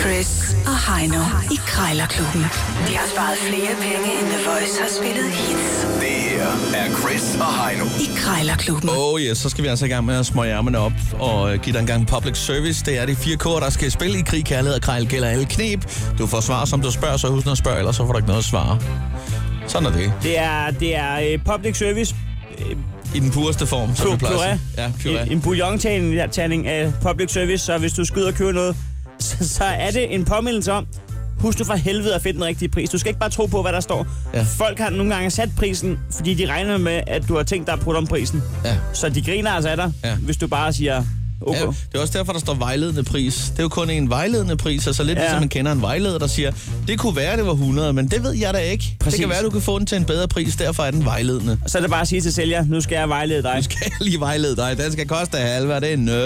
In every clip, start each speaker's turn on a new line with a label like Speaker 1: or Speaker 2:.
Speaker 1: Chris og Heino i Krejlerklubben. De har sparet flere penge, end The Voice har spillet hits
Speaker 2: Det her er Chris og Heino.
Speaker 1: i Krejlerklubben.
Speaker 3: Oh yes, så skal vi altså i gang med at smøge ærmerne op og øh, give dig en gang public service. Det er de fire kår, der skal i spil i krig, kærlighed og krejl gælder alle knep. Du får svar, som du spørger, så husk noget at spørge, ellers så får du ikke noget at svare. Sådan er det.
Speaker 4: Det er, det er øh, public service. Øh,
Speaker 3: I den pureste form, som vi plejer at
Speaker 4: puré.
Speaker 3: sige. Ja, puré.
Speaker 4: En, en bouillon-tagning af public service, så hvis du skyder og køber noget, så, så er det en påmindelse om, husk du for helvede at finde den rigtige pris. Du skal ikke bare tro på, hvad der står.
Speaker 3: Ja.
Speaker 4: Ja. Folk har nogle gange sat prisen, fordi de regner med, at du har tænkt dig at putte om prisen.
Speaker 3: Ja.
Speaker 4: Så de griner altså af dig,
Speaker 3: Ja.
Speaker 4: ja. hvis du bare siger, okay.
Speaker 3: Ja, det er også derfor, der står vejledende pris. Det er jo kun en vejledende pris, altså lidt ja.
Speaker 4: Ja.
Speaker 3: ligesom man kender en vejleder, der siger, det kunne være, det var 100, men det ved jeg da ikke. Præcis.
Speaker 4: Præcis.
Speaker 3: Det kan være, du kan få den til en bedre pris, derfor er den vejledende.
Speaker 4: Så er det bare at sige til sælger, nu skal jeg vejlede dig.
Speaker 3: skal jeg lige vejlede dig. Den skal koste af halve, og det er en nø.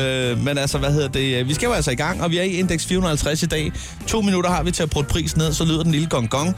Speaker 3: øh, men altså, hvad hedder det? Vi skal jo altså i gang, og vi er i indeks 450 i dag. To minutter har vi til at bruge prisen ned, så lyder den lille gong gong.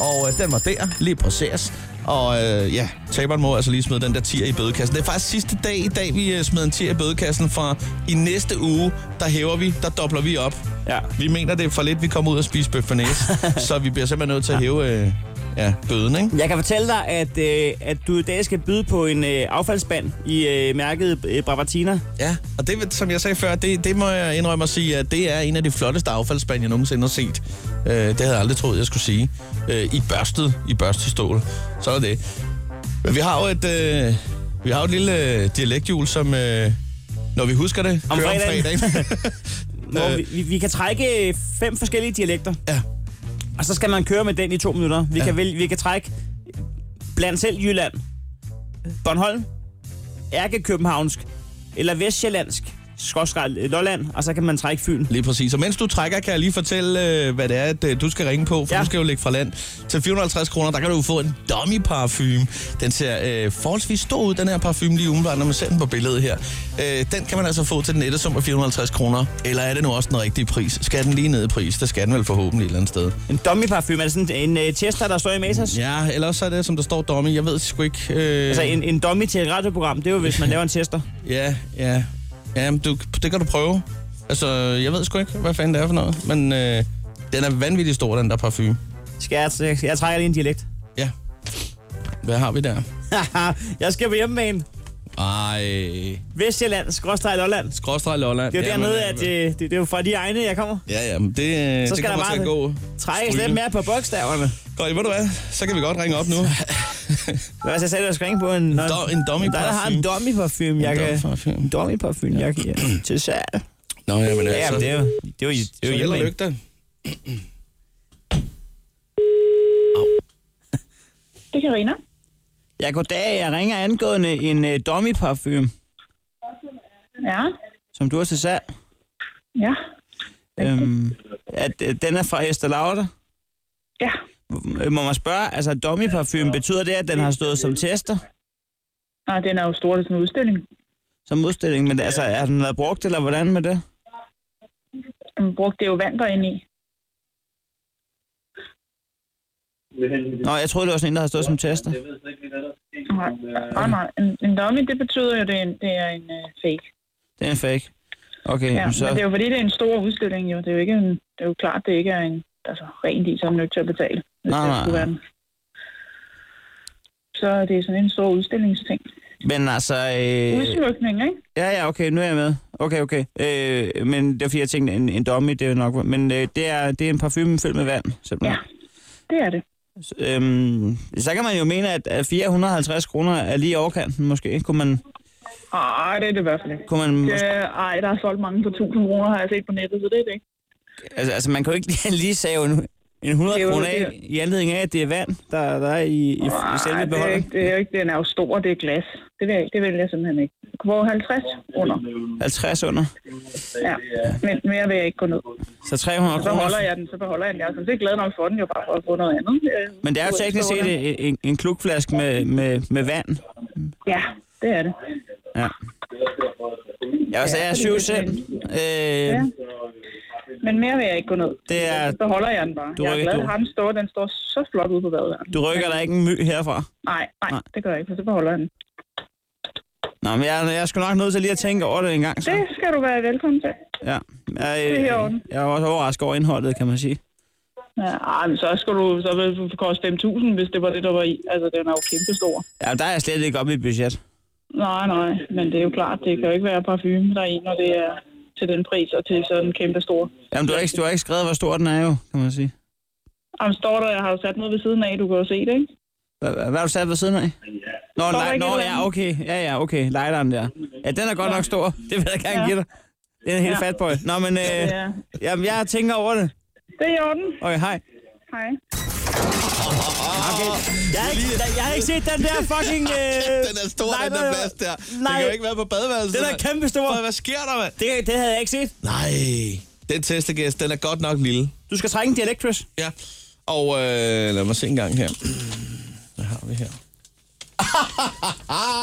Speaker 3: Og øh, den var der, lige præcis. Og øh, ja, taberen må altså lige smide den der tier i bødekassen. Det er faktisk sidste dag i dag, vi øh, smider en tier i bødekassen. Fra i næste uge, der hæver vi, der dobler vi op.
Speaker 4: Ja.
Speaker 3: Vi mener, det er for lidt, vi kommer ud og spise bøf bearnaise, så vi bliver simpelthen nødt til at hæve øh, ja, bøden, ikke?
Speaker 4: Jeg kan fortælle dig, at, øh, at du i dag skal byde på en øh, affaldsspand i øh, mærket øh, Bravatina.
Speaker 3: Ja, og det, som jeg sagde før, det, det må jeg indrømme at sige, at det er en af de flotteste affaldsspande, jeg nogensinde har set. Øh, det havde jeg aldrig troet, jeg skulle sige. Øh, I børstet, i børstet stål. Så er det. Men vi har jo et, øh, vi har jo et lille øh, dialekthjul, som, øh, når vi husker det,
Speaker 4: Om
Speaker 3: kører
Speaker 4: fredagen.
Speaker 3: om fredagen.
Speaker 4: Hvor
Speaker 3: Øh.
Speaker 4: vi, vi, vi kan trække øh, fem forskellige dialekter,
Speaker 3: ja,
Speaker 4: og så skal man køre med den i to minutter. Vi,
Speaker 3: Ja.
Speaker 4: ja. kan, vælge, vi kan trække blandt selv Jylland, Bornholm, Ærke-Københavnsk, eller Vestjyllandsk, Skåskrej, Lolland, og så kan man trække Fyn.
Speaker 3: lige præcis. Og mens du trækker, kan jeg lige fortælle, øh, hvad det er, at øh, du skal ringe på, for ja.
Speaker 4: Ja.
Speaker 3: du skal jo lægge fra land. Til 450 kroner, der kan du jo få en dummy parfume. Den ser øh, forholdsvis stor ud, den her parfume lige umiddelbart, når man ser den på billedet her. Øh, den kan man altså få til den nette sum af 450 kroner. Eller er det nu også den rigtige pris? Skal den lige ned i pris? Det skal den vel forhåbentlig et eller andet sted.
Speaker 4: En dummy-parfume, er det sådan en øh, tester, der står i Matas? Ja.
Speaker 3: Ja, eller også er det, som der står dummy. Jeg ved sgu ikke... Øh...
Speaker 4: Altså en, en dummy til et radioprogram, det er jo, hvis man laver en tester.
Speaker 3: Ja, ja. Ja, men du, det kan du prøve. Altså, jeg ved sgu ikke, hvad fanden det er for noget. Men øh, den er vanvittigt stor, den der parfume.
Speaker 4: Skal jeg, jeg, jeg trækker lige en dialekt.
Speaker 3: Ja. Hvad har vi der?
Speaker 4: Haha, jeg skal på hjemmebane.
Speaker 3: Ej,
Speaker 4: Vestjylland, skråstrej Lolland.
Speaker 3: skråstrej Lolland.
Speaker 4: Det er jo
Speaker 3: Jamen,
Speaker 4: dernede,
Speaker 3: øh,
Speaker 4: at øh, det, det, er jo fra de egne, jeg kommer.
Speaker 3: Ja, ja, men det, øh,
Speaker 4: Så skal
Speaker 3: det kommer
Speaker 4: der bare
Speaker 3: til at gå.
Speaker 4: Trækkes
Speaker 3: Stryge.
Speaker 4: lidt mere på bogstaverne.
Speaker 3: Godt, ved du hvad? Så kan vi godt ringe op nu.
Speaker 4: Hvad altså, var det, jeg sagde, du skulle ringe på en... Nå,
Speaker 3: dum- en dummy
Speaker 4: Der, der har en dummy parfume, jeg kan...
Speaker 3: Dummy-parfume.
Speaker 4: En dummy parfume, jeg kan... Til salg.
Speaker 3: Nå, ja, men altså,
Speaker 4: Ja, men det er jo... Det er jo, det er
Speaker 3: jo
Speaker 4: jo
Speaker 3: held og
Speaker 4: hjemme.
Speaker 3: lykke da.
Speaker 5: Det er Karina.
Speaker 4: Jeg goddag, jeg ringer angående en uh, dummy parfume,
Speaker 5: Ja.
Speaker 4: som du har til salg.
Speaker 5: Ja.
Speaker 4: Øhm, at, øh, den er fra Estée Lauder.
Speaker 5: Ja.
Speaker 4: Øh, Må man spørge, altså dummy parfume, betyder det, at den har stået som tester?
Speaker 5: Nej, Ah, den er jo stor til sådan en udstilling.
Speaker 4: Som udstilling, men altså, er den været brugt, eller hvordan med det?
Speaker 5: Man brugte det jo vand derinde i.
Speaker 4: Nå, jeg troede, det var sådan en, der har stået som tester.
Speaker 5: Nej, nej, Ah, nej. En, en dummy, det betyder jo, det er en, det er en uh, fake.
Speaker 4: Det er en fake. Okay,
Speaker 5: Ja,
Speaker 4: ja,
Speaker 5: Men det
Speaker 4: så...
Speaker 5: er jo fordi, det er en stor udstilling jo. Det er jo, ikke en, det er jo klart, det ikke er en, altså, rent i, så er man nødt til at betale. Hvis
Speaker 4: Nej,
Speaker 5: det
Speaker 4: nej.
Speaker 5: skulle være den. Så det er sådan en stor udstillingsting.
Speaker 4: Men altså... Øh,
Speaker 5: Udsmykning, ikke?
Speaker 4: Ja, ja, okay, nu er jeg med. Okay, okay. Øh, men det er fordi, jeg tænkte, en, en dummy, det er jo nok... Men øh, det, er, det er en parfume fyldt med vand, simpelthen.
Speaker 5: Det er det.
Speaker 4: Så, Øhm, så kan man jo mene, at at 450 kroner er lige i overkanten, måske. Kunne man,
Speaker 5: Ej, det er det i hvert fald ikke.
Speaker 4: kunne man
Speaker 5: Det,
Speaker 4: måske,
Speaker 5: ej, der er solgt mange for 1000 kroner, har jeg set på nettet, så det er det ikke.
Speaker 4: altså, altså, man kan jo ikke lige save en, en 100
Speaker 5: Det er jo
Speaker 4: kroner af,
Speaker 5: det.
Speaker 4: i anledning af, at det er vand, der, der er i, i, i
Speaker 5: Ej,
Speaker 4: selve
Speaker 5: det er,
Speaker 4: beholderen.
Speaker 5: ikke, det er jo ikke, den er jo stor, det er glas. Det vil jeg, ikke- det vil jeg simpelthen ikke. Hvor 50 under.
Speaker 4: 50 under.
Speaker 5: Ja. Men mere vil jeg ikke gå ned.
Speaker 4: Så 300
Speaker 5: Så holder
Speaker 4: kroner.
Speaker 5: jeg den, så beholder jeg den. Jeg er sådan set glad nok for den, jo bare for at få noget andet. Øh,
Speaker 4: Men det er jo teknisk set en, en, en klukflaske med, med, med vand.
Speaker 5: Ja, det er det.
Speaker 4: Ja. Jeg, altså, jeg er 7 cent. Øh,
Speaker 5: Men mere vil jeg ikke gå ned.
Speaker 4: Det er-
Speaker 5: Så beholder jeg den bare.
Speaker 4: Du
Speaker 5: jeg er
Speaker 4: rykker-
Speaker 5: glad,
Speaker 4: du-
Speaker 5: at ham står, den står så flot ude på badet.
Speaker 4: Du rykker da ikke en my herfra.
Speaker 5: Nej, nej,
Speaker 4: Nej.
Speaker 5: det gør jeg ikke, for så beholder jeg den.
Speaker 4: Nå, men jeg, jeg er sgu nok nødt til lige at tænke over det en gang. Så.
Speaker 5: Det skal du være velkommen til.
Speaker 4: Ja. Jeg,
Speaker 5: Det er i
Speaker 4: jeg,
Speaker 5: orden.
Speaker 4: jeg er også overrasket over indholdet, kan man sige.
Speaker 5: Ja, ej, men så skulle du så ville du koste 5.000, hvis det var det, der var i. Altså, den er jo kæmpestor.
Speaker 4: Ja, der er jeg slet ikke oppe i budget.
Speaker 5: Nej, nej, men det er jo klart, det kan jo ikke være parfume, der er i, når det er til den pris og til sådan en kæmpestor.
Speaker 4: Jamen, du har ikke, du har ikke skrevet, hvor stor den er jo, kan man sige.
Speaker 5: Jamen, står der, jeg har jo sat noget ved siden af, du kan jo se det, ikke?
Speaker 4: Hvad, hvad hvad har du sat ved siden af? Nå,
Speaker 5: der
Speaker 4: nej,
Speaker 5: ikke et
Speaker 4: nå
Speaker 5: eller
Speaker 4: ja,
Speaker 5: andet?
Speaker 4: okay. Ja, ja, okay. Lighteren der. Ja, den er godt nok stor. Det vil jeg gerne
Speaker 5: Ja.
Speaker 4: give dig. Det er en helt
Speaker 5: Ja.
Speaker 4: fat boy. Nå, men øh,
Speaker 5: Ja.
Speaker 4: jamen, jeg tænker over det.
Speaker 5: Det er i orden.
Speaker 4: Okay, hej.
Speaker 5: Hej.
Speaker 4: Okay. Jeg, har ikke, jeg har ikke set den der fucking... Øh,
Speaker 3: Den er stor, den der plads der. Den
Speaker 4: Nej.
Speaker 3: kan jo ikke være på badeværelset.
Speaker 4: Den er
Speaker 3: mand.
Speaker 4: kæmpestor.
Speaker 3: Hvad- Hvad sker der, mand?
Speaker 4: Det, det havde jeg ikke set.
Speaker 3: Nej, den testegæst, den er godt nok lille.
Speaker 4: Du skal trække en dialekt, Chris.
Speaker 3: Ja. Og øh, lad mig se en gang her. Hvad har vi her?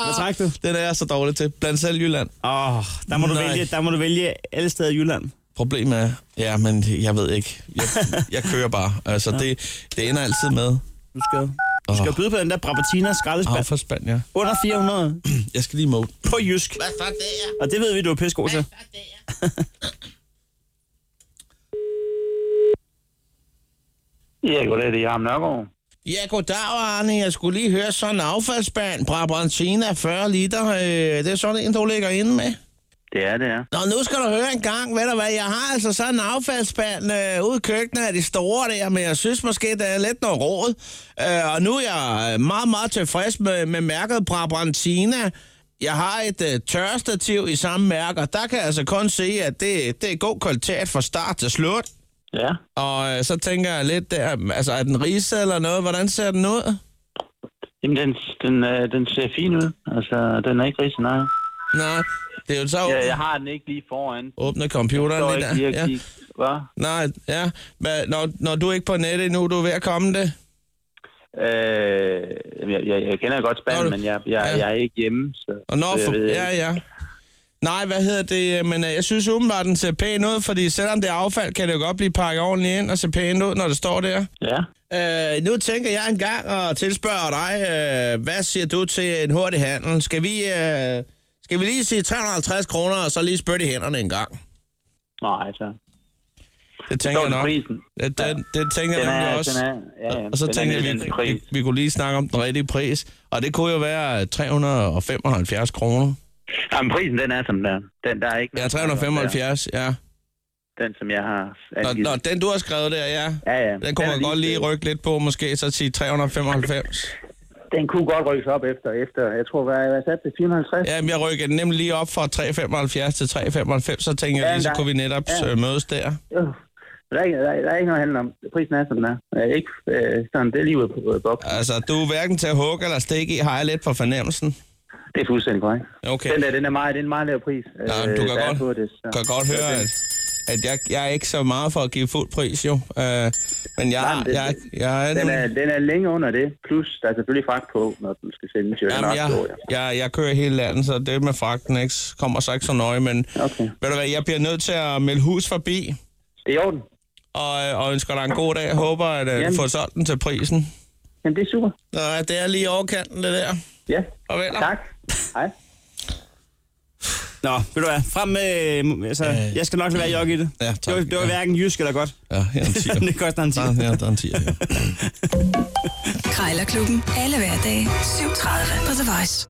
Speaker 4: Hvad trækker du?
Speaker 3: Den er jeg så dårlig til. Blandt selv Jylland.
Speaker 4: Åh, oh, der, må du
Speaker 3: Nej.
Speaker 4: vælge, der må du vælge alle steder i Jylland.
Speaker 3: Problemet er, ja, men jeg ved ikke. Jeg, jeg kører bare. Altså, det, det ender altid med.
Speaker 4: Du skal, du skal byde på den der Brabatina
Speaker 3: Af
Speaker 4: skraldespand.
Speaker 3: for Spanien.
Speaker 4: Under 400
Speaker 3: Jeg skal lige mode.
Speaker 4: på jysk. Og det ved vi, du er pissegod til.
Speaker 6: Ja, goddag, det er Jarm Nørgaard.
Speaker 3: Ja, goddag, Arne. Jeg skulle lige høre sådan en affaldsspand. Brabantina 40 liter. Øh, det er sådan en, du ligger inde med.
Speaker 6: Det er det, ja.
Speaker 3: Nå, nu skal du høre en gang, ved du hvad, jeg har altså sådan en affaldsspand øh, ude i køkkenet af de store der, men jeg synes måske, det er lidt noget råd. Øh, og nu er jeg øh, meget, meget tilfreds med, med mærket Brabantina. Jeg har et øh, tørrestativ i samme mærke, og der kan jeg altså kun se, at det, det er god kvalitet fra start til slut.
Speaker 6: Ja.
Speaker 3: Og øh, så tænker jeg lidt der, altså er den ridset eller noget, hvordan ser den ud?
Speaker 6: Jamen, den, den, øh, den ser fin ud. Altså, den er ikke rigtig nej.
Speaker 3: Nej, det er jo så
Speaker 6: Ja, jeg har den ikke lige foran.
Speaker 3: åbne
Speaker 6: Så er
Speaker 3: computeren
Speaker 6: ikke lige
Speaker 3: lige
Speaker 6: at
Speaker 3: der. Ja.
Speaker 6: kigge. Hvad?
Speaker 3: Nej, ja. Men når, når du er ikke på nettet endnu, du er ved at komme det.
Speaker 6: Øh, jeg, jeg, jeg kender godt
Speaker 3: Nå, du-
Speaker 6: Spanien, men jeg, jeg,
Speaker 3: ja.
Speaker 6: jeg er ikke hjemme. Så,
Speaker 3: Og når
Speaker 6: så jeg
Speaker 3: for,
Speaker 6: ved
Speaker 3: ja,
Speaker 6: ikke.
Speaker 3: ja. Nej, hvad hedder det? Men øh, jeg synes umiddelbart, den ser pæn ud, fordi selvom det er affald, kan det jo godt blive pakket ordentligt ind og se pænt ud, når det står der.
Speaker 6: ja.
Speaker 3: Øh, nu tænker jeg en gang og tilspørger dig, øh, hvad siger du til en hurtig handel? Skal vi, øh, skal vi lige sige 350 kroner, og så lige spørge i hænderne en gang?
Speaker 6: Nej, så.
Speaker 3: Det
Speaker 6: altså, Så
Speaker 3: tænker jeg
Speaker 6: er den
Speaker 3: nok.
Speaker 6: prisen.
Speaker 3: Det, det, det tænker jeg
Speaker 6: Den
Speaker 3: nemlig
Speaker 6: er,
Speaker 3: også.
Speaker 6: den er, ja, ja,
Speaker 3: Og så
Speaker 6: den er
Speaker 3: tænkte
Speaker 6: lidt
Speaker 3: jeg,
Speaker 6: en
Speaker 3: vi,
Speaker 6: pris.
Speaker 3: vi, vi kunne lige snakke om den rigtige pris. Og det kunne jo være 375 kroner.
Speaker 6: Jamen, prisen, den er som der. Den, der er ikke...
Speaker 3: Ja,
Speaker 6: noget-
Speaker 3: 375, ja.
Speaker 6: Der. Den, som jeg har
Speaker 3: Nå,
Speaker 6: angivet.
Speaker 3: nå, den du har skrevet der, ja.
Speaker 6: ja, ja.
Speaker 3: Den kunne
Speaker 6: er
Speaker 3: man godt lige rykke lidt på, måske så sige 395.
Speaker 6: Den kunne godt rykkes op efter, efter jeg tror, hvad jeg satte det, 450?
Speaker 3: Jamen, jeg rykkede den nemlig lige op fra 375 til 395, så tænkte jeg
Speaker 6: Ja,
Speaker 3: lige, så
Speaker 6: nej.
Speaker 3: kunne vi netop
Speaker 6: Ja.
Speaker 3: øh, mødes der.
Speaker 6: Øh, Der er, ikke, der, er, der er ikke noget at handle om. Prisen er, som den er. Øh, ikke øh, sådan, det er lige ude på øh, bob.
Speaker 3: Altså, du er hverken til at hugge eller stikke i, har jeg lidt på fornemmelsen.
Speaker 6: Det er fuldstændig korrekt.
Speaker 3: Okay,
Speaker 6: Den der, den er meget, det er en meget lav pris. Øh,
Speaker 3: ja, du kan
Speaker 6: der er
Speaker 3: godt,
Speaker 6: på det, så.
Speaker 3: kan godt høre, at, at jeg, jeg er ikke så meget for at give fuld pris, jo. Øh, men jeg,
Speaker 6: Nej, men
Speaker 3: jeg,
Speaker 6: det-
Speaker 3: jeg, jeg, er
Speaker 6: Den
Speaker 3: nu-
Speaker 6: er, den er længe under det, plus der er selvfølgelig fragt på, når den skal sendes. Jo,
Speaker 3: Jamen, jeg, jeg, jeg kører hele landet, så det med fragten ikke, kommer så ikke så nøje, men
Speaker 6: Okay.
Speaker 3: ved du hvad, jeg bliver nødt til at melde hus forbi,
Speaker 6: Det er i orden.
Speaker 3: og, øh, og ønsker dig en god dag. Jeg håber, at øh, du
Speaker 6: Jamen.
Speaker 3: får solgt den til prisen.
Speaker 6: Jamen, det er super.
Speaker 3: Nå, det er lige i overkanten, det der.
Speaker 6: Ja,
Speaker 3: Og venner.
Speaker 6: tak. Hej.
Speaker 4: Nå, ved du hvad, frem med... øh, Altså, jeg skal nok lade være jok i det.
Speaker 3: Ja,
Speaker 4: det,
Speaker 3: tak.
Speaker 4: var, det var
Speaker 3: Ja.
Speaker 4: hverken jysk eller godt.
Speaker 3: Ja, her er en tiger.
Speaker 4: det koster en 10.
Speaker 3: Der, ja, der er en tiger her.
Speaker 1: Krejlerklubben. Alle hverdage. 7.30 på The Voice.